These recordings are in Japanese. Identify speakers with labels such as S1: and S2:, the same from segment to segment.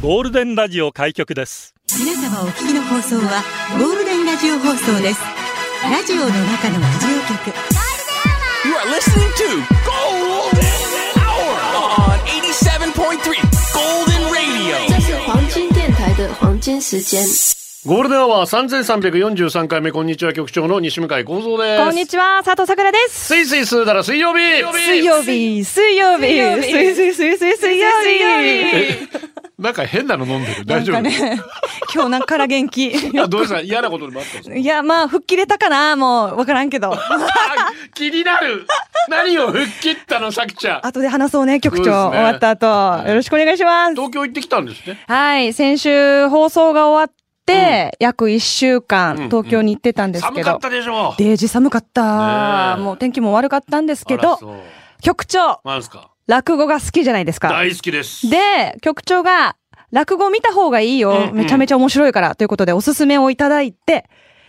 S1: ゴールデンラジオ開局です
S2: 皆様お聞きの放送はゴールデンラジオ放送ですラジオの中のラジオ局
S3: You are listening to Golden Hour on 87.3 Golden Radio.
S4: 这是黄金电台的黄金时间。
S5: ゴールデンアワー3343回目、こんにちは、局長の西向井幸三です。
S6: こんにちは、佐藤さくらです。
S5: スイスイスーダラ水曜日
S6: 水曜日、水曜日、水水水水水曜日。
S5: なんか変なの飲んでる。大丈夫、
S6: なんかね、今日なんから元気。
S5: あ どうした嫌なことでもあったんですか
S6: いや、まあ、吹っ切れたかな、もう、わからんけど。
S5: あ 気になる 何を吹っ切ったの、さきちゃん。
S6: 後で話そうね、局
S5: そうですね
S6: 長、終わった後、よろしくお願いします。
S5: 東京行ってきたんですね。
S6: はい、先週放送が終わって、約一週間、
S5: ん
S6: 東京に行ってたんです
S5: 寒
S6: け
S5: かっ
S6: ど。
S5: たでしょう
S6: デージ寒かった。
S5: ねえ
S6: もう天気も悪かったんですけ
S5: あら
S6: ど、
S5: そう
S6: 局長、
S5: なんですか
S6: 落語が好きじゃないですか。
S5: 大好きです。
S6: で、局長が、落語見た方がいいよ、
S5: うんうん
S6: めちゃめちゃ面白いから、ということで、おすすめをいただいて、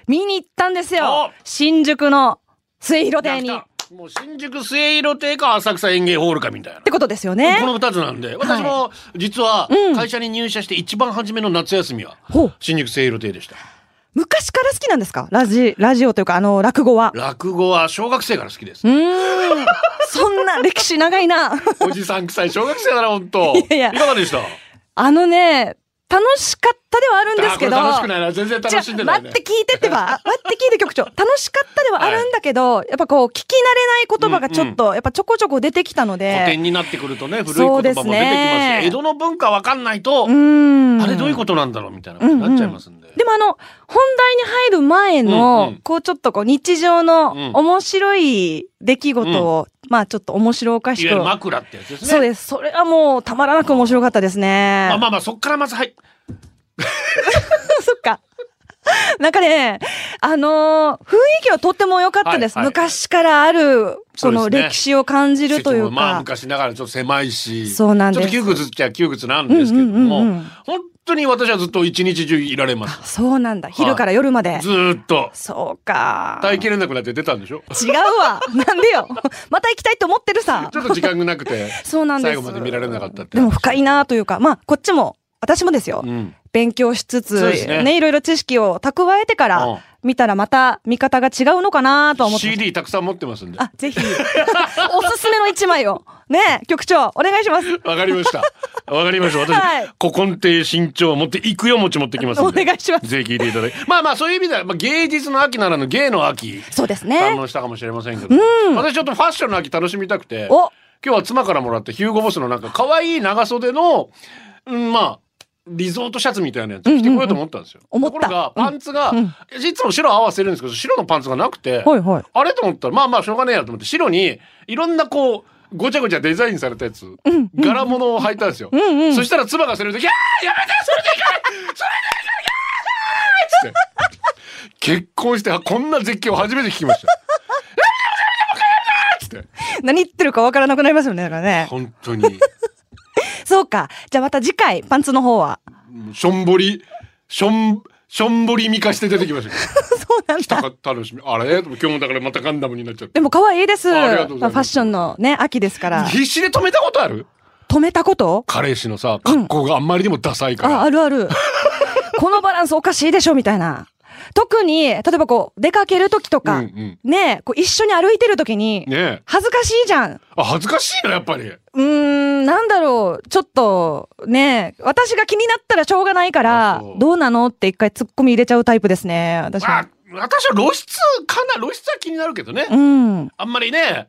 S6: 見に行ったんです
S5: お
S6: よ新宿の末広
S5: や
S6: 亭
S5: っ
S6: に。った
S5: もう新宿末広亭か浅草園芸ホールかみたいな。
S6: てことですよ
S5: こ
S6: ね。
S5: の二つなんで、私も実は
S6: うん
S5: 会社に入社して一番初めの夏休みは
S6: ほう。
S5: 新宿末広亭でした。
S6: 昔から好きなんですかラジ、ラジオというか、あの、落語は。
S5: 落語は小学生から好き です
S6: う。ーん。そんな歴史長いな。
S5: おじさん臭い小学生だな、本当。
S6: いやいや
S5: かがでした
S6: あのね、楽しかったではあるんですけど。
S5: あこれ楽しくないな。全然楽しんでないね
S6: じゃあ待っ。て聞いてってば 待って聞いて局長楽しかったではあるんだけど、やっぱこう聞き慣れない言葉がちょっと、やっぱちょこちょこ出てきたの
S5: 古
S6: で
S5: 典になってくるとね、古い言葉
S6: そ
S5: も
S6: う
S5: 出
S6: で
S5: てきま
S6: す
S5: す
S6: ね
S5: し、江戸の文化わかんないと、
S6: ん
S5: あれどういうことなんだろうみたいなことになっちゃいますんで。
S6: でもあの本題に入る前の、
S5: うんうん
S6: こうちょっとこう日常
S5: うん
S6: の面白い出来事を、まあちょっと面白おか
S5: い
S6: し
S5: わ
S6: く
S5: ゆる枕ってやつですね。
S6: そうですそれはもうたまらなく面白かったですね
S5: まあまあまあ、そっからまず、はい。
S6: そっか。 なんかね、あのー雰囲気はとっても良かったです。
S5: はいはい
S6: 昔からあ
S5: そう
S6: る、こ
S5: です
S6: の
S5: ね
S6: 歴史を感じるという
S5: 席もまあ
S6: か。
S5: 昔ながらちょっと狭いし、
S6: そうなんです
S5: ちょっと窮屈っちゃ窮屈なんですけれど
S6: うんうんうんう
S5: も
S6: ん、
S5: 本当に私はずっと一日中いられます。
S6: そうなんだ。昼から夜まで。
S5: ずーっと。
S6: そうか。
S5: 耐えきれなくなって出たんでしょ
S6: 違うわ。 なんでよ。また行きたいと思ってるさ
S5: ち。ょっと時間がなくて。
S6: そうなんで
S5: 最
S6: す。
S5: 後まで見られなかったって
S6: でも深いなというか、まあ、こっちも、私もですよ。
S5: うん。
S6: 勉強しつつ
S5: そうですね
S6: ね、いろいろ知識を蓄えてか
S5: うん
S6: ら、見たらまた見方が違うのかなとは思ってました
S5: CD たくさん持ってますんで。
S6: あ、ぜひ、 おすすめの一枚を。ねえ局長、お願いします。
S5: わかりま した。わかりました。私、
S6: はい
S5: 古今亭新潮を持って、行くよ持ち持ってきますんで。
S6: お願いします
S5: ぜひ聞いていただいて。まあまあ、そういう意味では、まあ、芸術の秋ならぬ芸の秋、
S6: そうです
S5: 堪
S6: ね。
S5: 能したかもしれませんけど、私ちょっとファッションの秋楽しみたくて、今
S6: お、
S5: 日は妻からもらったヒューゴボスのなんか可愛い長袖の、うん、まあ、リゾートシャツみたいなやつ着てこようと思ったんですよ。
S6: うんうんうん
S5: ところが、パンツが、いつも白合わせるんですけど、白のパンツがなくて、
S6: はいはい。
S5: あれと思ったら、まあまあしょうがねえやと思って、白にいろんなこう、ごちゃごちゃデザインされたやつ、柄物を履いたんですよ。そしたら妻がそれで、いやーやめてそれでいかないそれでいかないやーつって。結婚して、あこんな絶叫初めて聞きました。やめてやめてもう一回やめてつって。
S6: 何言ってるかわからなくなりますよね、だからね。
S5: 本当に、
S6: そうか。じゃあまた次回、パンツの方は。
S5: しょんぼり、しょん、しょんぼり見かして出てきましたけど。
S6: そうなん
S5: 来た
S6: だ。
S5: か楽しみ。あれ今日もだからまたガンダムになっちゃって。
S6: でも可愛いです。フ
S5: あありが
S6: ァ
S5: とうございます
S6: ッションのね、秋です から。
S5: 必死で止めたことある
S6: 止めたこと
S5: 彼氏のさ、格好があんまりにもダサいから。
S6: あ、あるあ る。このバランスおかしいでしょ、みたいな。特に、例えばこう、出かける時とか、
S5: うんうん
S6: ねえこう一緒に歩いてる時に、
S5: ねえ。
S6: 恥ずかしいじゃん。
S5: あ恥ずかしいのやっぱり。
S6: うーん、なんだろう、ちょっと、ねえ、私が気になったらしょうがないか
S5: あ
S6: ら
S5: そう、
S6: どうなのって一回突っ込み入れちゃうタイプですね、私
S5: ま
S6: は
S5: あ。私は露出かな露出は気になるけどね。
S6: うん。
S5: あんまりね。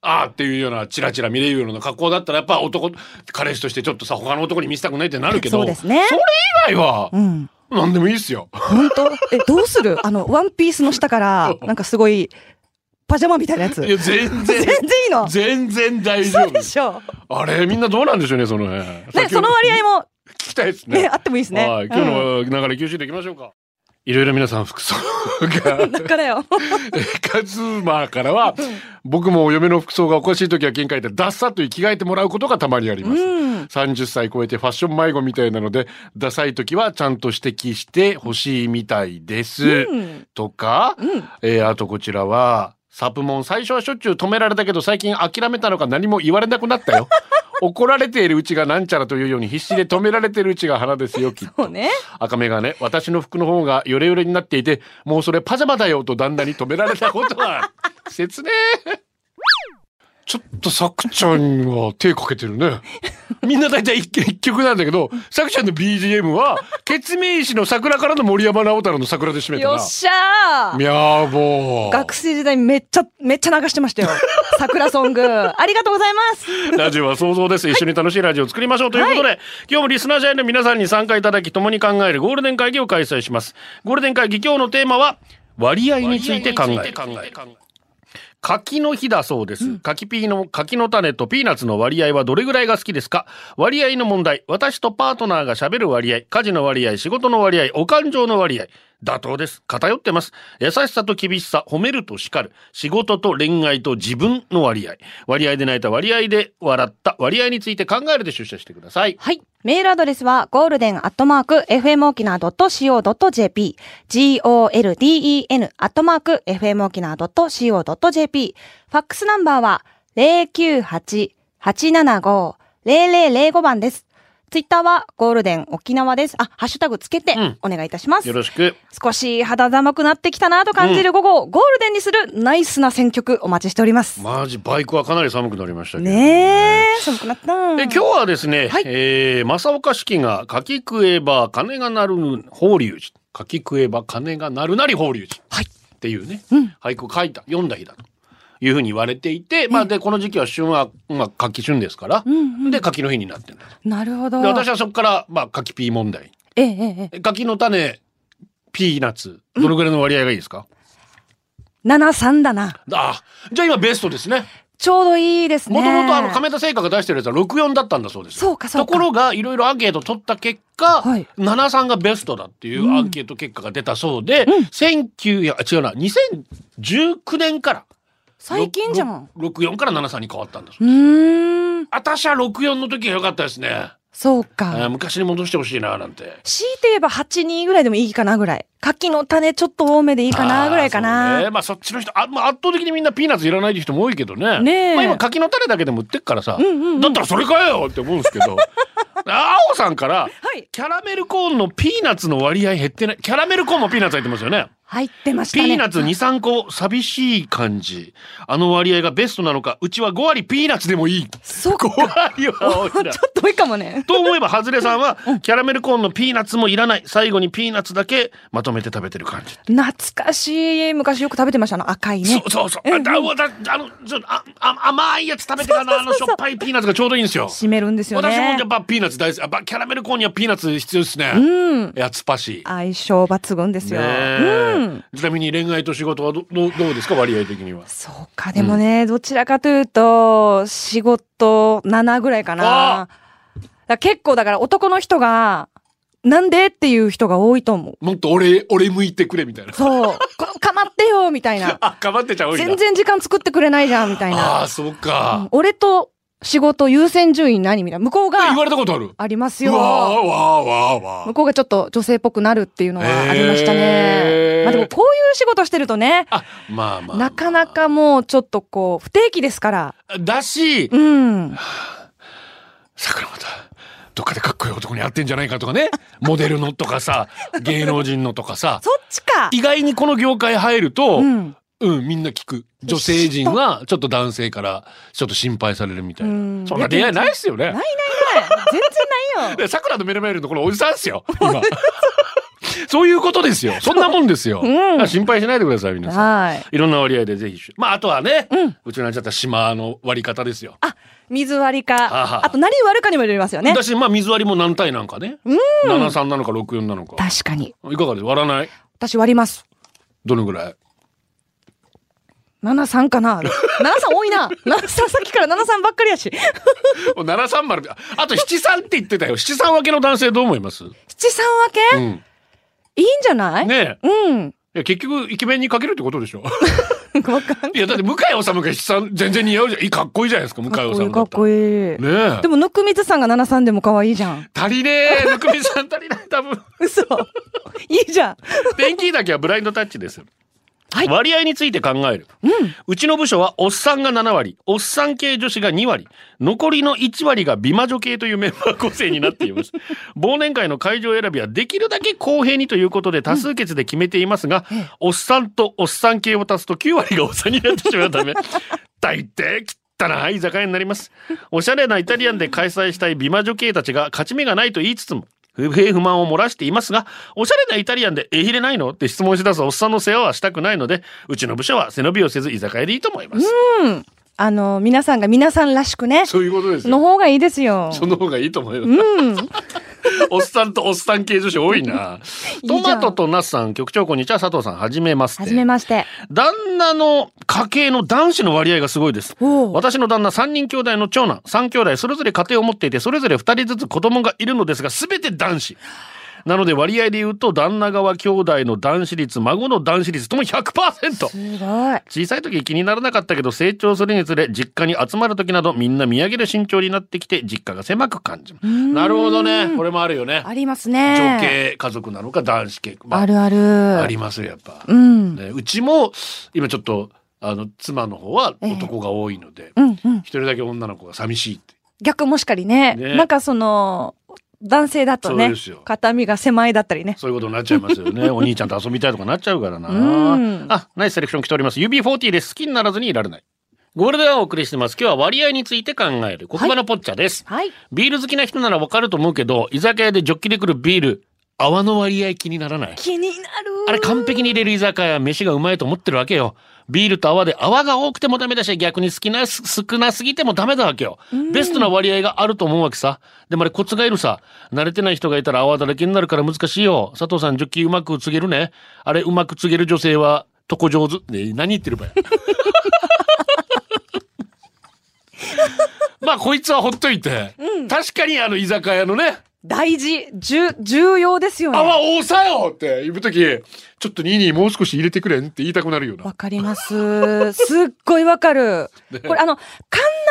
S5: あーっていうようなチラチラ見れるような格好だったらやっぱ男彼氏としてちょっとさ他の男に見せたくないってなるけど
S6: そうですね
S5: それ以外は
S6: うん。
S5: 何でもいいですよ。
S6: 本当え、どうするあの、ワンピースの下から、なんかすごい、パジャマみたいなやつ。
S5: いや
S6: 全
S5: 全
S6: 然
S5: 然
S6: いいの。
S5: 全然大丈
S6: そう
S5: 夫
S6: で。しょ
S5: あれみんなどうなんでしょうねそのね。
S6: う。ね、その割合も、
S5: 聞きたいですね。
S6: ね、あってもいいですね。
S5: はい今日の流れ吸収でいきましょうか。いろいろ皆さん服装が
S6: うん。だからよ。
S5: えカズーマーからは、僕もお嫁の服装がおかしい時は限界で、ダッサという着替えてもらうことがたまにあります。
S6: うん。
S5: 30歳超えてファッション迷子みたいなので、ダサい時はちゃんと指摘してほしいみたいです。
S6: うん
S5: とか、
S6: うん。
S5: えーあとこちらは、サプモン最初はしょっちゅう止められたけど最近諦めたのか何も言われなくなった よ怒られているうちがなんちゃらというように必死で止められているうちが花ですよきっと
S6: そうね。
S5: 赤目がね私の服の方がヨレヨレになっていてもうそれパジャマだよと旦那に止められたこと は切ねえちょっとさくちゃんが手かけてるねみんな大体一曲一曲なんだけどさくちゃんの BGM は「ケツメイシの桜」からの森山直太朗の桜で締めた
S6: よっ
S5: な
S6: しゃー
S5: みゃーぼー
S6: 学生時代めっちゃ、めっちゃ流してましたよ。桜ソ ング。ありがとうございます。
S5: ラジオは想像です。一緒に楽しいラジオを作りましょうということで、今日もリスナー社員の皆さんに参加いただき、共に考えるゴールデン会議を開催します。ゴールデン会議、今日のテーマは、割合について考える。柿の日だそうです。柿ピーの、柿の種とピーナッツの割合はどれぐらいが好きですか割合の問題。私とパートナーが喋る割合、家事の割合、仕事の割合、お感情の割合。妥当です。偏ってます。優しさと厳しさ、褒めると叱る、仕事と恋愛と自分の割合。割合で泣いた、割合で笑った、割合について考えるで出社してください。
S6: はい。メールアドレスは、ゴールデンアットマーク、fmokina.co.jp、golden アットマーク、fmokina.co.jp、ファックスナンバーは、098-875-0005番です。ツイッターは、ゴールデン沖縄です。あ、ハッシュタグつけて
S5: ん、
S6: お願いいたします。
S5: よろしく。
S6: 少し肌寒くなってきたなと感じる午後を、ゴールデンにするナイスな選曲お待ちしております。
S5: マジ、バイクはかなり寒くなりましたけど。
S6: ねえ、寒くなった。
S5: で今日はですね、
S6: はい
S5: えー、正岡子規が「柿食えば鐘が鳴る法隆寺」「柿食えば鐘が鳴るなり法隆寺」っていうね、俳句を書いた読んだ日だというふうに言われていて、まあ、でこの時期は旬は、まあ、柿旬ですから、で柿の日になってるんだと
S6: なるほど。
S5: で私はそこから、まあ、柿ピー問題
S6: ええええええ、
S5: 柿の種ピーナッツどのぐらいの割合がいいですか、
S6: 7、3だな。
S5: あじゃあ今ベストですね。
S6: ちょうどいいですね。
S5: もともとあの亀田製菓が出してるやつは64だったんだそうですよ。
S6: そうかそうか
S5: ところがいろいろアンケート取った結果、
S6: はい
S5: 73がベストだっていうアンケート結果が出たそうで、19いや違うな2019年から
S6: 最近じゃん。
S5: ろく64から73に変わったんだそう
S6: うーん。
S5: 私は64の時が良かったですね、
S6: そう
S5: え
S6: か。
S5: ー昔に戻してほしいななんて。
S6: 強いて言えば8、2ぐらいでもいいかなぐらい。柿の種ちょっと多めでいいかなぐらいか
S5: あーそうね
S6: な。
S5: まあそっちの人あ、まあ、圧倒的にみんなピーナッツいらないって人も多いけどね
S6: ねえ
S5: まあ、今柿の種だけでも売ってっからさ、
S6: んうんうん
S5: だったらそれかよって思うんです けど青さんから
S6: はい。
S5: キャラメルコーンのピーナッツの割合減ってない。キャラメルコーンもピーナッツ入ってますよね。
S6: 入ってました
S5: ピ
S6: ね。
S5: ーナッツ2、3個、寂しい感じ。あの割合がベストなのか、うちは5割ピーナッツでも いい。
S6: そうか。
S5: 5割は多い
S6: ちょ
S5: な。
S6: っと多いかもね。
S5: と思えば、ハズレさんは、キャラメルコーンのピーナッツもいらない。最後にピーナッツだけまとめて食べてる感じ。
S6: 懐かしい。昔よく食べてました。あの赤いね。
S5: そうそうそう。あだうわだあのちょああ甘いやつ食べてからのあのしょっぱいピーナッツがちょうどいいんですよ。
S6: 締めるんですよ
S5: 私もやっ
S6: ね。
S5: ぱピーナッツ大好き。やっぱキャラメルコーンにはピーナッツ必要ですね。
S6: うん。
S5: やつぱし。
S6: 相性抜群ですよ。
S5: ねえ
S6: うん。
S5: ちなみに恋愛と仕事はどどどうですか割合的には。
S6: そうか、でもね、どちらかというと、仕事7ぐらいか
S5: あ
S6: な。だから結構だから男の人が、なんでっていう人が多いと思う。
S5: もっと俺俺向いてくれみたいな。
S6: そう。こかまってよみたいな。
S5: あかばってちゃう多いな
S6: 全然時間作ってくれないじゃんみたい
S5: あ
S6: な。
S5: あそう
S6: う
S5: か
S6: ん。俺と仕事優先順位何みたいな。向こうが
S5: 言われたことある。
S6: あります
S5: うわ
S6: よ。
S5: ーわーわーわ
S6: 向
S5: ー。
S6: こうがちょっと女性っぽくなるっていうのはありました
S5: へー。
S6: ねまあでもこういう仕事してるとね、
S5: あまあまあ。
S6: なかな。かもうちょっとこう、不定期ですから。
S5: だし
S6: うん。
S5: 桜またどっかでかっこいい男に会ってんじゃないかとか ねモデルのとかさ芸能人のとかさ
S6: そっちか。
S5: 意外にこの業界入ると、う
S6: うんん。
S5: みんな聞く女性陣はちょっと男性からちょっと心配されるみたいな、
S6: うん
S5: そんな出会いないっすよね
S6: ないないない。全然ない よ。
S5: で桜の目の前にいるのこのおじさんです よ。今そういうことですよ。そんなもんですよ。
S6: うん
S5: 心配しないでください皆さん。
S6: はい。
S5: いろんな割合でぜひ。まああとはね、
S6: うん
S5: ちのあっちゃった島の割り方ですよ。
S6: あ、水割り
S5: はは
S6: か。あと、何割るかにもよりますよね。
S5: 私まあ水割りも何対なんかね。七三なのか六四なのか。
S6: 確かに。
S5: いかがです割らない。
S6: 私割ります。
S5: どのぐらい。
S6: 7、3かな。7、3多 いな。7、3さっきから7、3ばっかりやし。7、3
S5: 七三丸。あと七三って言ってたよ。七三分けの男性どう思います。う
S6: 分
S5: ん。
S6: けいいんじゃない
S5: ねえ。
S6: うん。
S5: いや結局イケメンにかけるってことでしょ。
S6: わかん
S5: いやだって向井治が七三全然似合うじゃん。いいかっこいいじゃないですか向井
S6: かっこい
S5: 治
S6: い、か
S5: だ
S6: っ
S5: ったら。
S6: こいい。
S5: ねえ。
S6: でも、ぬくみずさんが7、3でも可愛いじゃん。
S5: 足りねえぬくみさん足りない多分
S6: 嘘。いいじゃん。
S5: ペンキーだけはブラインドタッチです
S6: はい
S5: 割合について考える、うちの部署はおっさんが7割おっさん系女子が2割残りの1割が美魔女系というメンバー構成になっています忘年会の会場選びはできるだけ公平にということで多数決で決めていますが、おっさんとおっさん系を足すと9割がおっさんになってしまうため大抵汚い居酒屋になりますおしゃれなイタリアンで開催したい美魔女系たちが勝ち目がないと言いつつも不平不満を漏らしていますが、おしゃれなイタリアンでえひれないのって質問し出すおっさんの世話はしたくないので、うちの部署は背伸びをせず居酒屋でいいと思います。
S6: あの、皆さんが皆さんらしくね、
S5: そういうことです
S6: の
S5: よ。
S6: 方がいいですよ。
S5: その方がいいと思います。
S6: うん。
S5: おっさんとおっさん系女子多いな。
S6: いじゃ
S5: ト
S6: ん
S5: マトとナスさん、局長こんにちは、佐藤さん、はじめまして。
S6: はじめまして。
S5: 旦那の家計の男子の割合がすごいです。
S6: おう
S5: 私の旦那3人兄弟の長男、3兄弟それぞれ家庭を持っていて、それぞれ2人ずつ子供がいるのですが、全て男子。なので割合で言うと、旦那側兄弟の男子率、孫の男子率とも100%。
S6: すごい。
S5: 小さい時気にならなかったけど成長するにつれ実家に集まる時などみんな見上げる慎重になってきて実家が狭く感じますなるほどねこれもあるよね
S6: あります
S5: 女
S6: ね。
S5: 系家族なのか男子系、ま
S6: あるある。
S5: ありますよやっぱ、
S6: うん。
S5: ね、うちも今ちょっとあの妻の方は
S6: ええ
S5: 男が多いので
S6: うんうん。
S5: 一人だけ女の子が寂しいって
S6: 逆もしかりね。
S5: ね
S6: なんかその、男性だと
S5: そう
S6: ね
S5: ですよ、
S6: 肩身が狭いだったりね。
S5: そういうことになっちゃいますよ ねお兄ちゃんと遊びたいとかなっちゃうからな
S6: うん
S5: あナイスセレクション来ております UB40 です好きにならずにいられないゴールデンをお送りしてます今日は割合について考える黒板のポッチャです、
S6: はい。
S5: ビール好きな人ならわかると思うけど居酒屋でジョッキで来るビール泡の割合気にならない
S6: 気になる。
S5: あれ完璧に入れる居酒屋は飯がうまいと思ってるわけよ。ビールと泡で泡が多くてもダメだし逆に好きなす少なすぎてもダメだわけよ。ベストな割合があると思うわけさ。でもあれコツがいるさ。慣れてない人がいたら泡だらけになるから難しいよ。佐藤さんジョッキうまく告げるね。あれうまく告げる女性は床上手。ねえ何言ってるばや。まあこいつはほっといて、確かにあの居酒屋のね
S6: 大事、重、重要ですよね。
S5: 泡多さよって言うとき、ちょっとニーニーもう少し入れてくれんって言いたくなるよな
S6: わ。かります。すっごいわか る。これあの、缶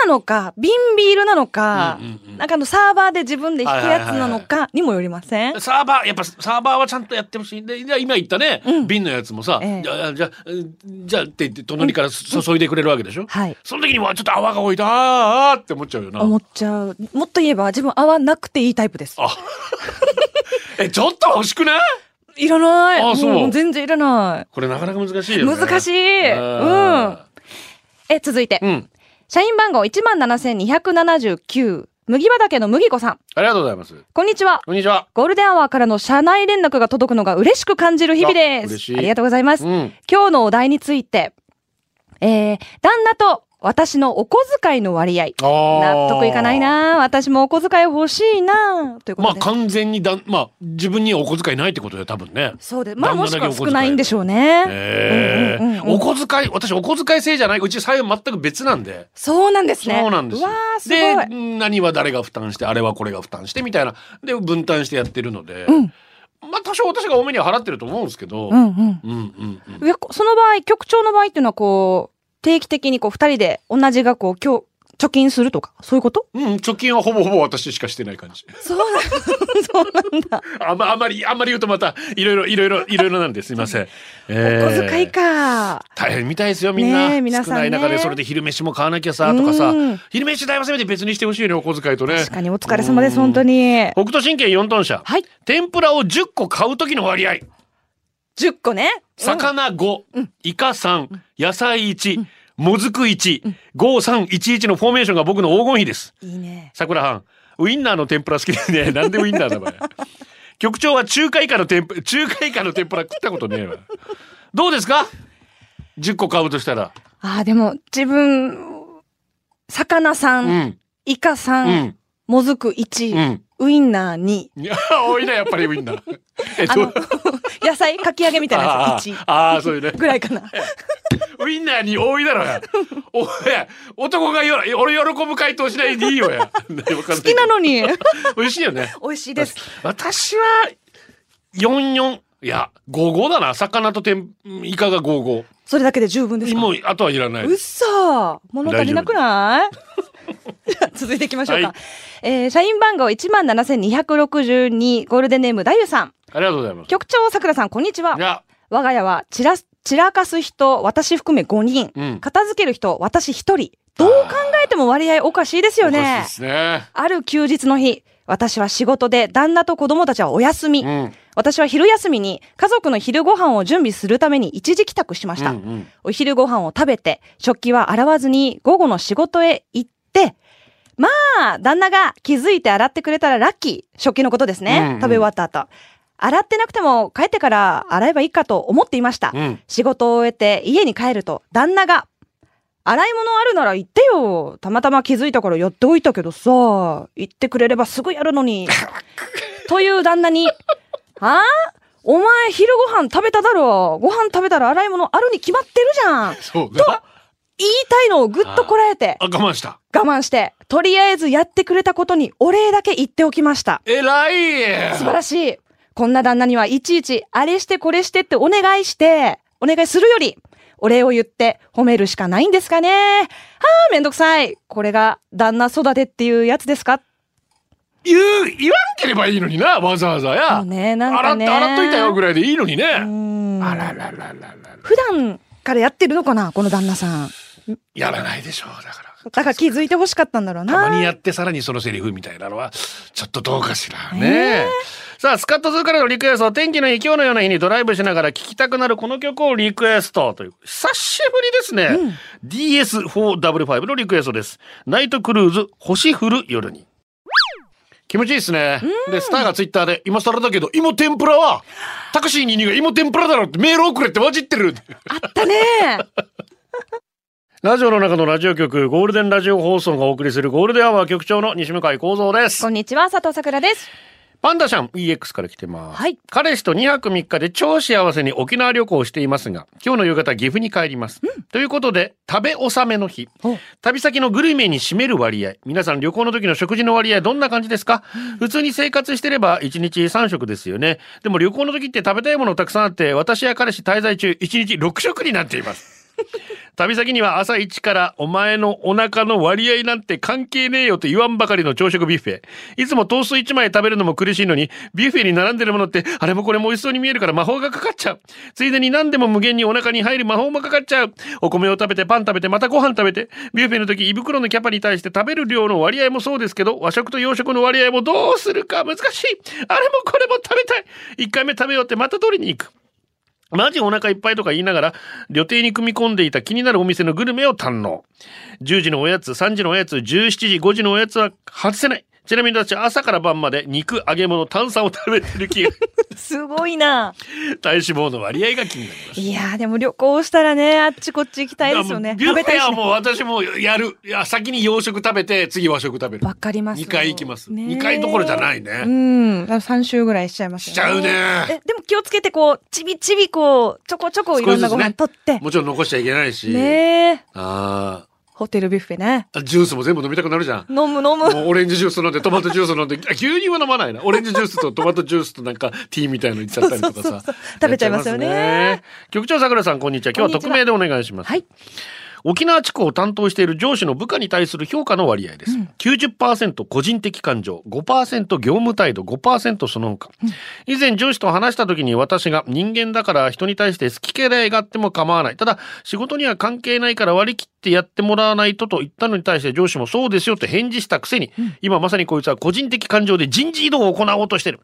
S6: なのか、瓶ビールなのか、なんかあの、サーバーで自分で引くやつなのかにもよりません
S5: サーバー、やっぱサーバーはちゃんとやってほしい。で、じゃあ今言ったね、瓶のやつもさ、
S6: ええ
S5: じゃあ、じゃあ、うんじゃあって言って隣からそ注いでくれるわけでしょ、
S6: はい
S5: その時に、わ、ちょっと泡が多いだーって思っちゃうよな。
S6: 思っちゃう。もっと言えば、自分泡なくていいタイプです。
S5: え、ちょっと欲しくない
S6: いらない。
S5: あそう
S6: も全然いらない。
S5: これなかなか難しいよね。
S6: 難しい
S5: あ
S6: え、続いて。
S5: ーうん。
S6: 社員番号17,279。麦畑の麦子さん。
S5: ありがとうございます。
S6: こんにちは。
S5: こんにちは。
S6: ゴールデンアワーからの社内連絡が届くのが嬉しく感じる日々
S5: あ
S6: で
S5: 嬉し
S6: す。
S5: い
S6: ありがとうございます。
S5: うん。
S6: 今日のお題について、えー、旦那と私のお小遣いの割合。
S5: あー
S6: 納得いかない。な私もお小遣い欲しいなというこ
S5: ま
S6: と
S5: あ
S6: で。
S5: 完全にだん、まあ自分にはお小遣いないってことだよ、多分ね。
S6: そうです。まあ
S5: 旦那だ
S6: もし
S5: け
S6: くは
S5: お小遣
S6: 少
S5: い
S6: ないんでしょうね。
S5: ええ
S6: うんうんうんうん
S5: お小遣い私お小遣い制じゃないうち財布全く別なんで。
S6: そうなんですね。
S5: そうなんですよ
S6: わー、すごい。
S5: で何は誰が負担してあれはこれが負担してみたいなで分担してやってるので、
S6: うん
S5: まあ多少私が多めには払ってると思うんですけど、
S6: うんう
S5: う
S6: ん。
S5: んうんうん
S6: いやこその場合、局長の場合っていうのはこう、定期的にこう二人で同じ額を今日、貯金するとか、そういうこと
S5: うん、貯金はほぼほぼ私しかしてない感じ。
S6: そうなん そうなんだ。
S5: あまあんまり、あんまり言うとまた、いろいろ、いろいろ、いろいろなんです。すいません。え
S6: お
S5: ー
S6: 小遣いか。
S5: 大変みたいですよ、みんな。
S6: ねえ皆
S5: 少
S6: さん
S5: な
S6: ね
S5: い中で、それで昼飯も買わなきゃさ、とかさ
S6: うん。
S5: 昼飯代はせめて別にしてほしいよね、お小遣いとね。
S6: 確かにお疲れ様です、本当
S5: に。
S6: に。
S5: 北斗神拳4トン車。
S6: はい。
S5: 天ぷらを10個買う時の割合。
S6: 10個ね。
S5: 魚5、イカ3、野菜1、もずく1、5311のフォーメーションが僕の黄金比です。
S6: うんいいね。
S5: 桜藩、ウインナーの天ぷら好きですね。 なんでウインナーだばや。局長は中華以下の天ぷ、中華以下の天ぷら食ったことねえわ。どうですか ?10 個買うとしたら。
S6: ああ、でも自分、魚さ、
S5: うんん。
S6: イカさ、
S5: うんん。
S6: もずく
S5: う
S6: 1、
S5: ん。
S6: ウインナー2。
S5: いや、 多いな、やっぱりウインナー。 え
S6: あ
S5: ど
S6: の
S5: う、
S6: 野菜かき揚げみたいなやつ
S5: あー
S6: 1
S5: あー、そういうね。
S6: ぐらいかな。
S5: ウインナーに多いだろうや。おい男がよ、俺喜ぶ回答しないでいいよや。好
S6: 好きな のに。
S5: 美味しいよね。
S6: 美味しいです。
S5: 私は、44、いや、55だな。魚と天、イカが55。
S6: それだけで十分ですか
S5: もう、あとはいらない。
S6: うっそ物足りなくない じゃあ続いていきましょうか。
S5: はい
S6: えー社員番号17262、ゴールデンネーム、だゆさん。
S5: ありがとうございます。。
S6: 局長、さくらさん、こんにちはい
S5: や、
S6: 我が家は、ちら、散らかす人、私含め5人。
S5: うん
S6: 片付ける人、私1人。どう考えても割合おかしいですよ
S5: おかしい
S6: ね
S5: で。すね。
S6: ある休日の日、私は仕事で旦那と子供たちはお休み。
S5: うん。
S6: 私は昼休みに家族の昼ご飯を準備するために一時帰宅しました。
S5: うんうん
S6: お昼ご飯を食べて、食器は洗わずに午後の仕事へ行って、まあ、旦那が気づいて洗ってくれたらラッキー。食器のことですね。
S5: うんうん
S6: 食べ終わった後。洗ってなくても帰ってから洗えばいいかと思っていました。
S5: うん
S6: 仕事を終えて家に帰ると、旦那が、洗い物あるなら言ってよ。たまたま気づいたからやっておいたけどさ、言ってくれればすぐやるのに。という旦那に、ああお前昼ご飯食べただろご飯食べたら洗い物あるに決まってるじゃん
S5: そうか。
S6: 言いたいのをぐっとこらえて
S5: あ、、我慢した。
S6: 我慢して、とりあえずやってくれたことにお礼だけ言っておきました。
S5: えらい
S6: 素晴らしい。こんな旦那にはいちいち、あれしてこれしてってお願いして、お願いするより、お礼を言って褒めるしかないんですかね。はあ、めんどくさい。これが旦那育てっていうやつですか
S5: 言う、言わんければいいのにな、わざわざ
S6: も
S5: や。
S6: うね、なんかね。
S5: 洗って、洗っといたよぐ
S6: らい。
S5: らいでいいのにね。
S6: ん
S5: あらららららら。
S6: 普段からやってるのかな、この旦那さん。
S5: やらないでしょう、だから。
S6: だから気づいてほしかったんだろうな。
S5: たまにやってさらにそのセリフみたいなのはちょっとどうかしらね。さあスカッとするからのリクエスト天気のいい今日のような日にドライブしながら聴きたくなるこの曲をリクエストという久しぶりですね、DS4W5 のリクエストですナイトクルーズ星降る夜に気持ちいいですねでスターがツイッターで今更だけど芋天ぷらはタクシーにが芋天ぷらだろってメール送れって混じってる
S6: あったね。
S5: ラジオの中のラジオ局ゴールデンラジオ放送がお送りするゴールデンアワー局長の西向井光三です
S6: こんにちは、佐藤さくらです。
S5: パンダシャン EX から来てます。
S6: はい
S5: 彼氏と2泊3日で超幸せに沖縄旅行をしていますが、今日の夕方岐阜に帰ります。ということで、食べ納めの日
S6: お。
S5: 旅先のグルメに占める割合。皆さん旅行の時の食事の割合どんな感じですか、普通に生活してれば1日3食ですよね。でも旅行の時って食べたいものたくさんあって、私や彼氏滞在中1日6食になっています。旅先には朝一からお前のお腹の割合なんて関係ねえよと言わんばかりの朝食ビュッフェ。いつもトースト1枚食べるのも苦しいのに、ビュッフェに並んでるものってあれもこれも美味しそうに見えるから魔法がかかっちゃう。ついでに何でも無限にお腹に入る魔法もかかっちゃう。お米を食べてパン食べてまたご飯食べて、ビュッフェの時胃袋のキャパに対して食べる量の割合もそうですけど、和食と洋食の割合もどうするか難しい。あれもこれも食べたい。1回目食べようってまた取りに行く。マジお腹いっぱいとか言いながら、旅程に組み込んでいた気になるお店のグルメを堪能。10時のおやつ、3時のおやつ、17時、5時のおやつは外せない。ちなみに私、朝から晩まで肉、揚げ物、炭酸を食べてる気が、
S6: すごいな。
S5: 体脂肪の割合が気になります。
S6: いやーでも旅行したらね、あっちこっち行きたいですよね。
S5: ビュ
S6: 食
S5: ッ
S6: べ
S5: フ
S6: た
S5: ェ
S6: いし
S5: は
S6: ね。
S5: もう私もやる。いや、先に洋食食べて、次和食食べる。
S6: わかります。
S5: 2回行きます。
S6: ねえ
S5: 2回どころじゃないね。
S6: うん。3週ぐらいしちゃいますよ
S5: しちゃうね
S6: え、でも気をつけて、こう、ちびちび、こう、ちょこちょこいろんなご飯取って。
S5: もちろん残しちゃいけないし。
S6: ねえ。
S5: あ
S6: ホテルビュッフェね。
S5: あ。ジュースも全部飲みたくなるじゃん。
S6: 飲む飲
S5: も
S6: む。
S5: うオレンジジュース飲んでトマトジュース飲んであ牛乳は飲まないなオレンジジュースとトマトジュースとなんかティーみたいのいっちゃったりとか
S6: そうそう
S5: さ
S6: そう食べちゃいますよね
S5: やっちゃいますね局長さくらさんこんにちは今日は
S6: こんにち
S5: 匿
S6: は
S5: 名でお願いします
S6: はい
S5: 沖縄地区を担当している上司の部下に対する評価の割合です、90%個人的感情5%業務態度5%その他、以前上司と話した時に私が人間だから人に対して好き嫌いがあっても構わないただ仕事には関係ないから割り切ってやってもらわないとと言ったのに対して上司もそうですよって返事したくせに、今まさにこいつは個人的感情で人事異動を行おうとしてる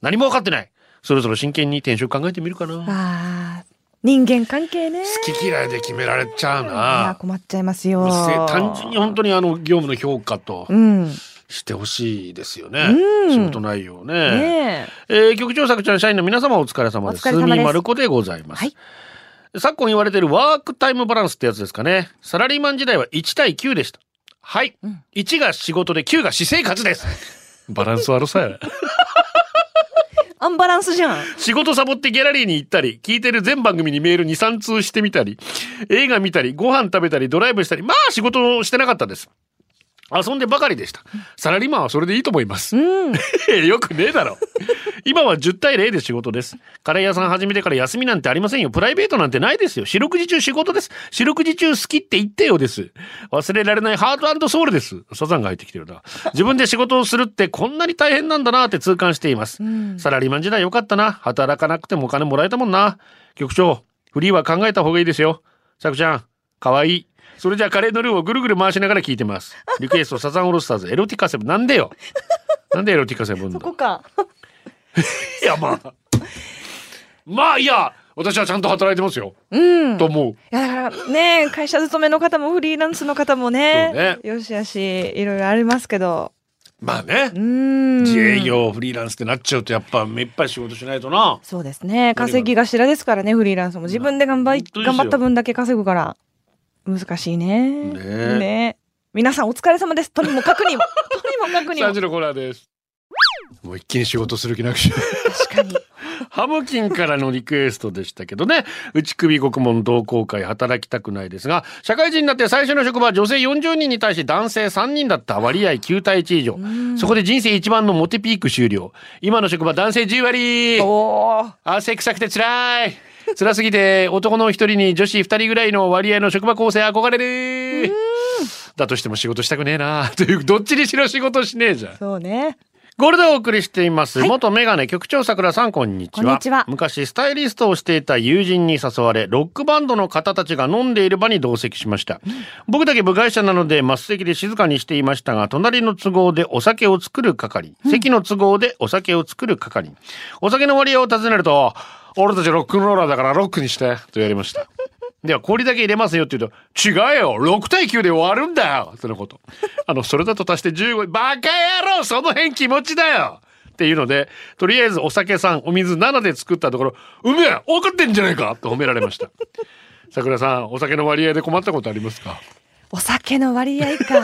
S5: 何も分かってないそろそろ真剣に転職考えてみるかな
S6: あー人間関係ね。
S5: 好き嫌いで決められちゃう
S6: いや
S5: な
S6: ー困っちゃいますよ。
S5: 単純に本当にあの業務の評価と
S6: うん。ね
S5: してほしいですよね、
S6: うん
S5: 仕事内容ね
S6: え。
S5: えー局長作ちゃん社員の皆様お疲れ様です
S6: お疲れ様です
S5: まる子でございます、
S6: はい
S5: 昨今言われているワークタイムバランスってやつですかねサラリーマン時代は1対9でしたはい、1が仕事で9が私生活です バランス悪さや
S6: アンバランスじゃん。
S5: 仕事サボってギャラリーに行ったり、聞いてる全番組にメール2、3通してみたり、映画見たり、ご飯食べたり、ドライブしたり、まあ仕事をしてなかったです。遊んでばかりでした。サラリーマンはそれでいいと思います。
S6: うん。
S5: よくねえだろ。今は10対0で仕事です。カレー屋さん始めてから休みなんてありませんよ。プライベートなんてないですよ。四六時中仕事です。四六時中好きって言ってよです。忘れられないハートソウルです。サザンが入ってきてるな。自分で仕事をするってこんなに大変なんだなって痛 感しています。サラリーマン時代よかったな。働かなくてもお金もらえたもんな。局長。フリーは考えた方がいいですよ。さくちゃん、かわいい。それじゃあカレーのルーをぐるぐる回しながら聞いてます。リクエストサザンオールスターズ、エロティカセブン。なんでよ。なんでエロティカセブンだ
S6: そこか。
S5: いや、まあ。まあ、いや、私はちゃんと働いてますよ。
S6: うん。
S5: と思う。
S6: いやだからね会社勤めの方もフリーランスの方も
S5: そうね
S6: ねよしあしいろいろありますけど
S5: まあね
S6: うー。ん
S5: 自営業、フリーランスってなっちゃうと、やっぱ、いっぱい仕事しないとな。
S6: そうですね稼ぎ頭ですからねフリーランスも自分で頑張り
S5: 本当ですよ
S6: 頑張った分だけ稼ぐから難しいね
S5: ねえ
S6: ね皆さんお疲れ様ですとにもかく にもとにもかくにも
S5: 3時のコーナーです。もう一気に仕事する気なくし。
S6: 確かに
S5: ハムキンからのリクエストでしたけどね。内首獄門同好会働きたくないですが、社会人になって最初の職場は女性40人に対して男性3人だった割合9対1以上。そこで人生一番のモテピーク終了。今の職場男性10割。
S6: おー
S5: 汗臭くて辛い。辛すぎて男の一人に女子二人ぐらいの割合の職場構成憧れる。だとしても仕事したくねえなという、どっちにしろ仕事しねえじゃん。
S6: そうね
S5: ゴールドをお送りしています。元メガネ局長さくらさん、こんにちは。
S6: こんにちは
S5: 昔、スタイリストをしていた友人に誘われ、ロックバンドの方たちが飲んでいる場に同席しました。僕だけ部外者なので、末席で静かにしていましたが、隣の都合でお酒を作る係、席の都合でお酒を作る係、お酒の割合を尋ねると、俺たちロックンローラーだからロックにして、と言われました。では氷だけ入れますよって言うと、違うよ !6 対9で終わるんだよそのこと。 あの、それだと足して15、バカ野郎その辺気持ちだよっていうので、とりあえずお酒さん、お水7で作ったところ、うめえ分かってんじゃないかと褒められました。 桜さん、お酒の割合で困ったことありますか
S6: お酒の割合か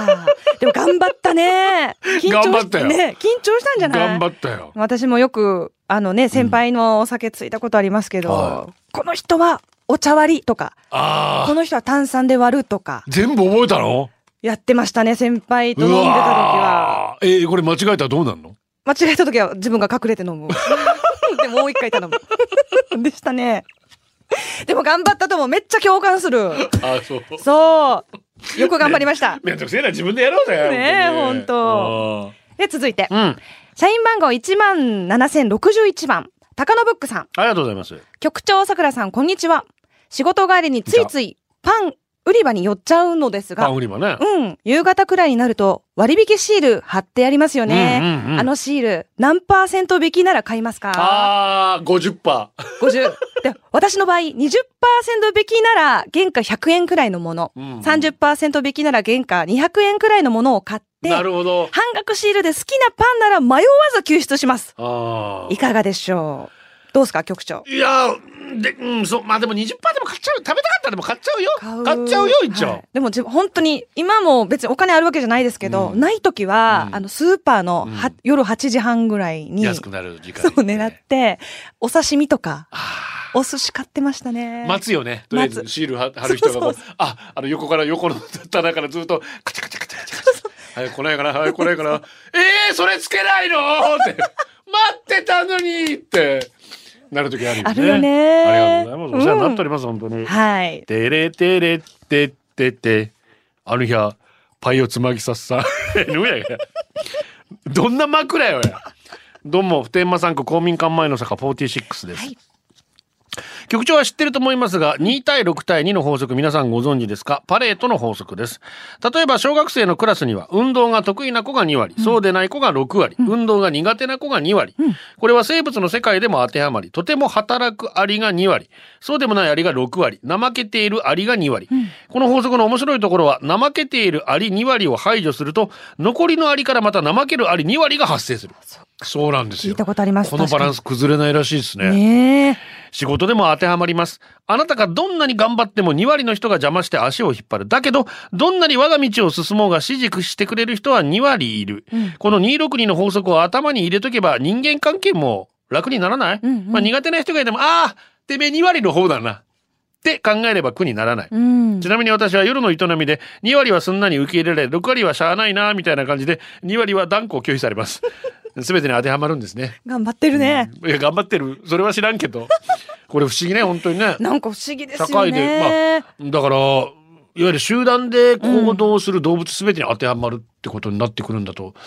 S6: でも頑張ったね緊張し
S5: 頑張ったよ
S6: ね緊張したんじゃない
S5: 頑張ったよ。
S6: 私もよくあのね先輩のお酒ついたことありますけど、
S5: は
S6: この人はお茶割りとか
S5: ああ、
S6: この人は炭酸で割るとか
S5: 全部覚えたの
S6: やってましたね先輩と
S5: う
S6: 飲んでた時は
S5: わーえー、これ間違えたらどうなんの
S6: 間違えた時は自分が隠れて飲む でもう一回頼む でしたねでも頑張ったともめっちゃ共感する
S5: ああ、そう。
S6: そうよく頑張りました
S5: めんどくせえな、自分でやろうぜ。
S6: ねえ
S5: 本当に
S6: 本当。で続いて
S5: あーうん。
S6: 社員番号1万7061番高野ブックさん
S5: ありがとうございます。
S6: 局長さくらさんこんにちは仕事帰りについついパン売り場に寄っちゃうのです
S5: パ
S6: が
S5: ン売り場ね。
S6: うん夕方くらいになると割引シール貼ってありますよね、
S5: うんうんうん
S6: あのシール何パーセント引きなら買いますか
S5: ああ、50%パー。
S6: 50で私の場合20%引きなら原価100円くらいのもの、
S5: うん
S6: 30%引きなら原価200円くらいのものを買って
S5: なる
S6: 半
S5: ほど。
S6: 額シールで好きなパンなら迷わず救出します
S5: あ
S6: いかがでしょうどうですか局長
S5: あ。いやー、で、うん、そう、まあでも20%でも買っちゃう。食べたかったらでも買っちゃうよ。買っちゃうよ、一応。
S6: はいでも自分本当に今も別にお金あるわけじゃないですけど、
S5: うん
S6: ない時は、
S5: うん
S6: あのスーパーの、
S5: うん
S6: は夜8時半ぐらいに
S5: 安くなる時間
S6: そう
S5: 帯で。
S6: 狙ってお刺身とか
S5: あ
S6: お寿司買ってましたね
S5: ー。待つよね。とりあえず
S6: 待つ
S5: シール貼貼る人がこう
S6: そうそ
S5: あ、あの横から横の棚からずっと、カチャカチャカチャカチャカチャ。はい、来ないかな、はい、来ないか な。えー、それつけないのって。待ってたのにって。なる時あるよね。
S6: あるよね
S5: ありがとうございます。お世話になっております、本当に。
S6: はい
S5: てれてれってってて、あの日はパイをつまぎさっ さ。どうややどんな枕よや。どうも、普天間産区公民館前の坂46です。
S6: はい
S5: 局長は知ってると思いますが、2対6対2の法則皆さんご存知ですかパレートの法則です。例えば小学生のクラスには、運動が得意な子が2割、そうでない子が6割、運動が苦手な子が2割、これは生物の世界でも当てはまり、とても働くアリが2割、そうでもないアリが6割、怠けているアリが2割。この法則の面白いところは、怠けているアリ2割を排除すると、残りのアリからまた怠けるアリ2割が発生する。そうなんです
S6: 聞
S5: よ。
S6: いたことあります
S5: このバランス崩れないらしいですね。
S6: ねえ
S5: 仕事でも当てはまります。あなたがどんなに頑張っても2割の人が邪魔して足を引っ張る。だけど、どんなに我が道を進もうが指示してくれる人は2割いる。この262の法則を頭に入れとけば人間関係も楽にならない、
S6: うんうん
S5: まあ苦手な人がいても、ああてめえ2割の方だな。って考えれば苦にならない。
S6: うん
S5: ちなみに私は夜の営みで2割はすんなり受け入れられ6割はしゃあないなみたいな感じで2割は断固拒否されます。 全てに当てはまるんですね。
S6: 頑張ってるね、
S5: いや頑張ってるそれは知らんけどこれ不思議ね本当にね
S6: なんか不思議です
S5: 社
S6: よ
S5: 会
S6: ね
S5: でまあだからいわゆる集団で行動する動物全てに当てはまるってことになってくるんだと思い
S6: 不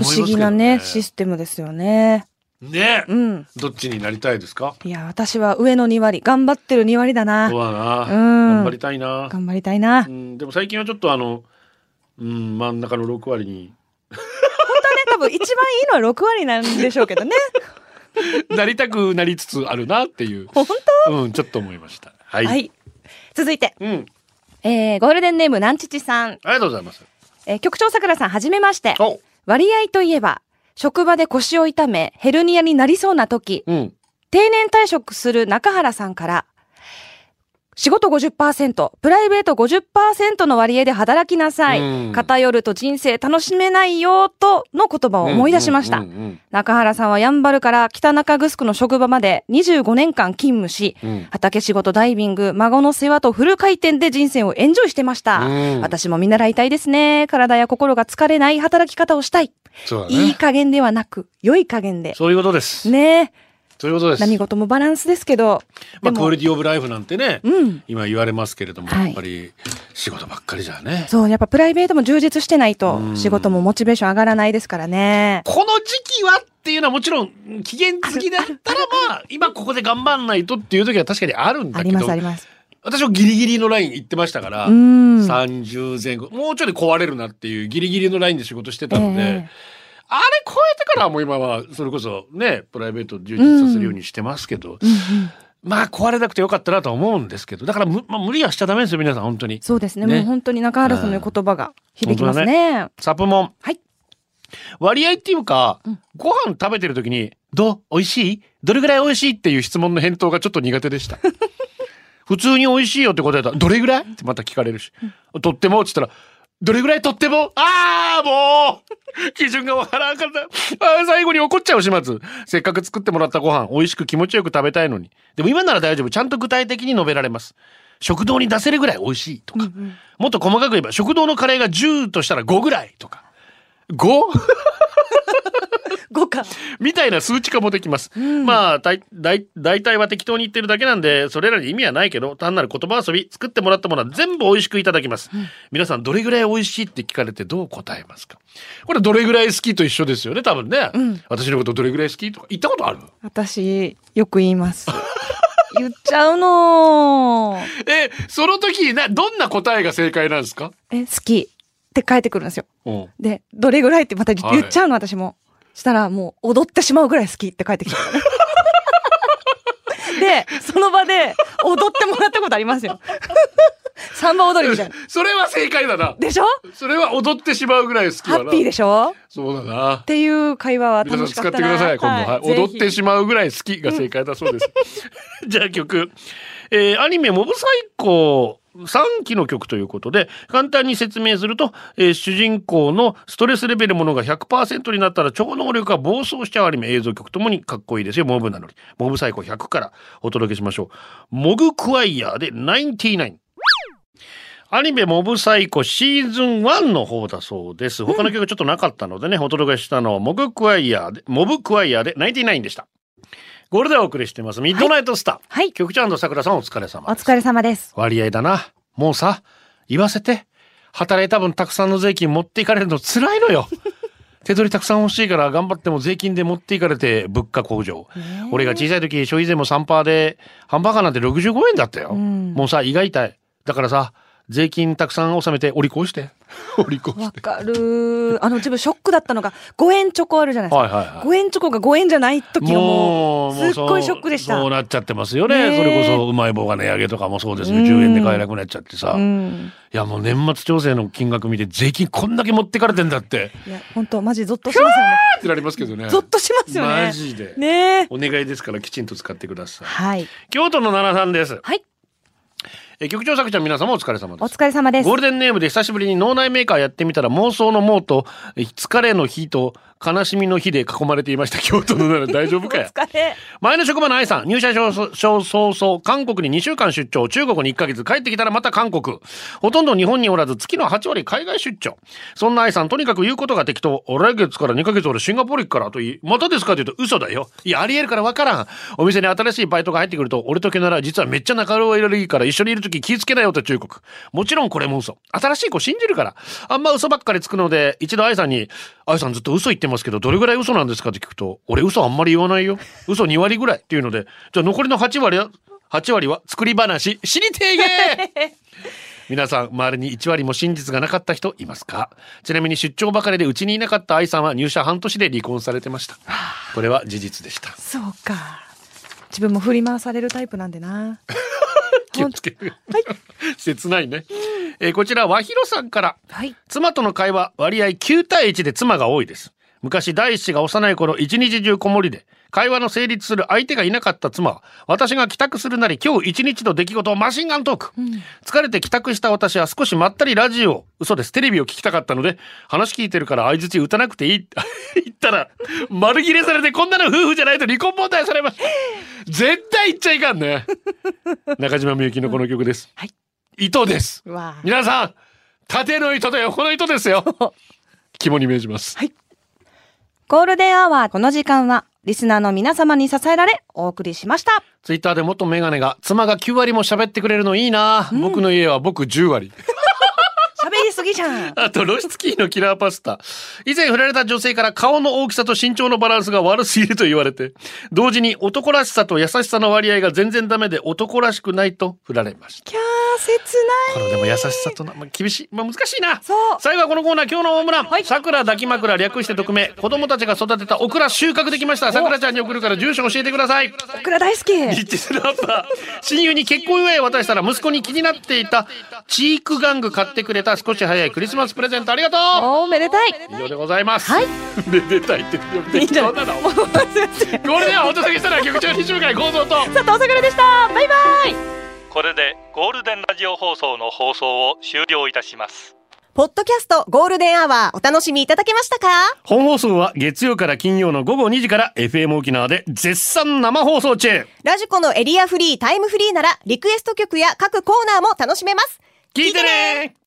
S5: ますけど、
S6: 思
S5: ね、
S6: 議なねシステムですよね
S5: ねえ
S6: うん。
S5: どっちになりたいですか
S6: いや、私は上の2割、頑張ってる2割だな。
S5: そうだな、
S6: うん
S5: 頑張りたいな、
S6: 頑張りたいな。
S5: う
S6: ね、
S5: ん、でも最近はちょっとあの、うん、真ん中の6割に
S6: 多分一番いいのは6割なんでしょうけどね。
S5: なりたくなりつつあるなっていう
S6: 本
S5: うんちょっと思いましたは
S6: 当
S5: い、
S6: はい。続いて、
S5: うん、あり
S6: えー、ゴールデンネーム、なんちちさん。
S5: がとうございます
S6: えー、局長さくらさん、はじめまして。
S5: お
S6: 割合といえば、職場で腰を痛め、ヘルニアになりそうな時、
S5: うん
S6: 定年退職する中原さんから、仕事50%、プライベート50%の割合で働きなさい。
S5: うん
S6: 偏ると人生楽しめないよ、との言葉を思い出しました。
S5: うんうん
S6: 中原さんはやんばるから北中城の職場まで25年間勤務し、
S5: うん
S6: 畑仕事、ダイビング、孫の世話とフル回転で人生をエンジョイしてました。
S5: うん
S6: 私も見習いたいですね。体や心が疲れない働き方をしたい。
S5: そうだね
S6: いい加減ではなく、良い加減で。
S5: そういうことです、
S6: ねえ。
S5: そういうことです
S6: 何事もバランスですけど。
S5: まあ、
S6: で
S5: ク
S6: も
S5: オリティオブライフなんてね、
S6: うん
S5: 今言われますけれども、
S6: はい
S5: やっぱり仕事ばっかりじゃね
S6: そう、やっぱプライベートも充実してないと
S5: う、ん
S6: 仕事もモチベーション上がらないですからね。
S5: この時期はっていうのはもちろん期限付きだった らまあ今ここで頑張んないとっていう時は確かにあるん
S6: あ
S5: だけ
S6: り
S5: ど
S6: ますあります。
S5: 私はギリギリのライン行ってましたから、
S6: うん。
S5: 30前後もうちょっと壊れるなっていうギリギリのラインで仕事してたので、
S6: ええ
S5: あれ超えてからもう今はそれこそねプライベートを充実させるようにしてますけど、まあ壊れなくてよかったなとは思うんですけどだからむ、まあ、無理はしちゃダメですよ皆さん本当に。
S6: そうですね
S5: ね
S6: もう本当に中原さんの言葉が響きますね。
S5: サプモン
S6: はい。
S5: 割合っていうか、ご飯食べてる時に「どう美味しいどれぐらい美味しい?」っていう質問の返答がちょっと苦手でした 普通に美味しいよって答えたら「どれぐらい?」ってまた聞かれるし「とっても」っつったら「どれぐらいとってもああもう基準がわからんかったあー最後に怒っちゃう始末せっかく作ってもらったご飯美味しく気持ちよく食べたいのにでも今なら大丈夫ちゃんと具体的に述べられます食堂に出せるぐらい美味しいとか、もっと細かく言えば食堂のカレーが10としたら5ぐらいとか 5?
S6: 五か。
S5: みたいな数値化もできます。まあ、大大大体は適当に言ってるだけなんで、それらに意味はないけど、単なる言葉遊び、作ってもらったものは全部美味しくいただきます。皆さん、どれぐらい美味しいって聞かれてどう答えますかこれ、どれぐらい好きと一緒ですよね、多分ね。私のことどれぐらい好きとか、言ったことある
S6: 私、よく言い ます。言っちゃうのー
S5: え、その時な、どんな答えが正解なんですか
S6: え、好きって返ってくるんですよ。
S5: うん。
S6: で、どれぐらいってまた言
S5: はい
S6: 言っちゃうの、私も。したら、もう踊ってしまうぐらい好きって返ってき ちゃう。で、その場で踊ってもらったことありま すよ。サンバ踊りみたいな。
S5: それは正解だな。
S6: でしょ
S5: それは踊ってしまうぐらい好き
S6: ハ
S5: だな。
S6: ッピーでしょっ
S5: そうだな。
S6: ていう会話は
S5: 皆さん
S6: 楽し
S5: 使
S6: か
S5: っ
S6: ってた
S5: ください、今度、はい、
S6: ぜ
S5: 踊
S6: ひ
S5: ってしまうぐらい好きが正解だそうです。 じゃあ曲、えーアニメ「モブサイコ」3期の曲ということで簡単に説明すると、えー主人公のストレスレベルものが100%になったら超能力が暴走しちゃうアニメ映像曲ともにかっこいいですよモブなのにモブサイコ100からお届けしましょう「モグクワイヤー」で99。アニメ「モブサイコ」シーズン1の方だそうです他の曲ちょっとなかったのでね、お届けしたのは「モグクワイヤーで」モブクワイヤーで99でしたゴールでお送りしてますミッドナイトスター、
S6: はい
S5: 局長さくらさんお疲れ様
S6: お疲れ様です。
S5: 割合だなもうさ言わせて働いた分たくさんの税金持っていかれるの辛いのよ 手取りたくさん欲しいから頑張っても税金で持っていかれて物価向上、俺が小さい時消費税も3%でハンバーガーなんて65円だったよ、
S6: ん
S5: もうさ胃が痛いだからさ税金たくさん納めてお利口してお利口し
S6: わ
S5: て
S6: かるー。あの、自分ショックだったのが、5円チョコあるじゃないですか。
S5: はいはいはい
S6: 5円チョコが5円じゃない時がもう、
S5: もう
S6: すっ
S5: そう
S6: ごいショックでした。
S5: そうなっちゃってますよね
S6: ねえ
S5: それこそうまい棒が値上げとかもそうですよ10円で買えなくなっちゃってさ、
S6: うん。
S5: いやもう年末調整の金額見て税金こんだけ持ってかれてんだ って
S6: いや、本当マジゾッとしますよね。
S5: ってなりますけどね
S6: ゾッとしますよね。
S5: マジで
S6: ねえ。
S5: お願いですからきちんと使ってください
S6: はい。
S5: 京都の奈良さんです
S6: はい。
S5: え局長作ちゃん皆様お疲れ様
S6: お
S5: です
S6: 疲れ様です
S5: ゴー。ルデンネームで久しぶりに脳内メーカーやってみたら妄想の妄とえ疲れの日と悲しみの日で囲まれていました京都の奈良大丈夫
S6: お
S5: かや
S6: 疲れ。
S5: 前の職場の愛さん、入社早々、韓国に2週間出張、中国に1ヶ月、帰ってきたらまた韓国。ほとんど日本におらず、月の8割海外出張。そんな愛さん、とにかく言うことが適当。来月から2ヶ月俺シンガポール行くからと言い、またですかって言うと嘘だよ。いや、ありえるからわからん。お店に新しいバイトが入ってくると、俺とけなら実はめっちゃ仲間入れるから一緒にいるとき気ぃつけなよと中国。もちろんこれも嘘。新しい子信じるから。あんま嘘ばっかりつくので、一度愛さんに、愛さんずっと嘘言っててますけどどれぐらい嘘なんですかって聞くと俺嘘あんまり言わないよ嘘2割ぐらいっていうのでじゃあ残りの8割は8割は作り話知りてえげ皆さん周りに1割も真実がなかった人いますかちなみに出張ばかりでうちにいなかった愛さんは入社半年で離婚されてましたこれは事実でした
S6: そうか自分も振り回されるタイプなんでな
S5: 気をつける、 切ないね、えーこちら和弘さんから
S6: はい
S5: 妻との会話割合9対1で妻が多いです昔第一子が幼い頃一日中こもりで会話の成立する相手がいなかった妻は私が帰宅するなり今日一日の出来事をマシンガントーク、疲れて帰宅した私は少しまったりラジオ嘘ですテレビを聞きたかったので話聞いてるから相槌打たなくていい 言ったら丸切れされてこんなの夫婦じゃないと離婚問題されました絶対言っちゃいかんね中島みゆきのこの曲です、
S6: はい
S5: 糸です
S6: うわ
S5: 皆さん縦の糸と横の糸ですよ肝に銘じます
S6: ゴールデンアワーこの時間はリスナーの皆様に支えられお送りしました
S5: ツイッターで元メガネが妻が9割も喋ってくれるのいいな、僕の家は僕10割
S6: 喋りすぎじゃん
S5: あと露出キーのキラーパスタ以前振られた女性から顔の大きさと身長のバランスが悪すぎると言われて同時に男らしさと優しさの割合が全然ダメで男らしくないと振られました
S6: キャー切
S5: これでも優しさとな、まあ、厳しい、まあ、難しいな。
S6: そう
S5: 最後はこのコーナー、今日のホームラン。
S6: はい
S5: 桜抱き枕略して匿名。子供たちが育てたオクラ収穫できました。桜ちゃんに送るから住所教えてくださ い。
S6: オクラ大好き
S5: リッチスラッパー。親友に結婚祝いを渡したら息子に気になっていたチーク玩具買ってくれた少し早いクリスマスプレゼントありがと
S6: おめでたいう
S5: 以上でございます。
S6: はい。
S5: めでたいって呼び
S6: い
S5: て
S6: い
S5: き
S6: じゃ
S5: た
S6: ない
S5: 女だ。
S6: もうすいません
S5: これではお届けしたら局長西向井構造と。
S6: 佐藤桜でしたバイバイ
S1: これでゴールデンラジオ放送の放送を終了いたします
S7: ポッドキャストゴールデンアワーお楽しみいただけましたか
S5: 本放送は月曜から金曜の午後2時から FM 沖縄で絶賛生放送中。
S7: ラジコのエリアフリータイムフリーならリクエスト曲や各コーナーも楽しめます。
S5: 聞いてね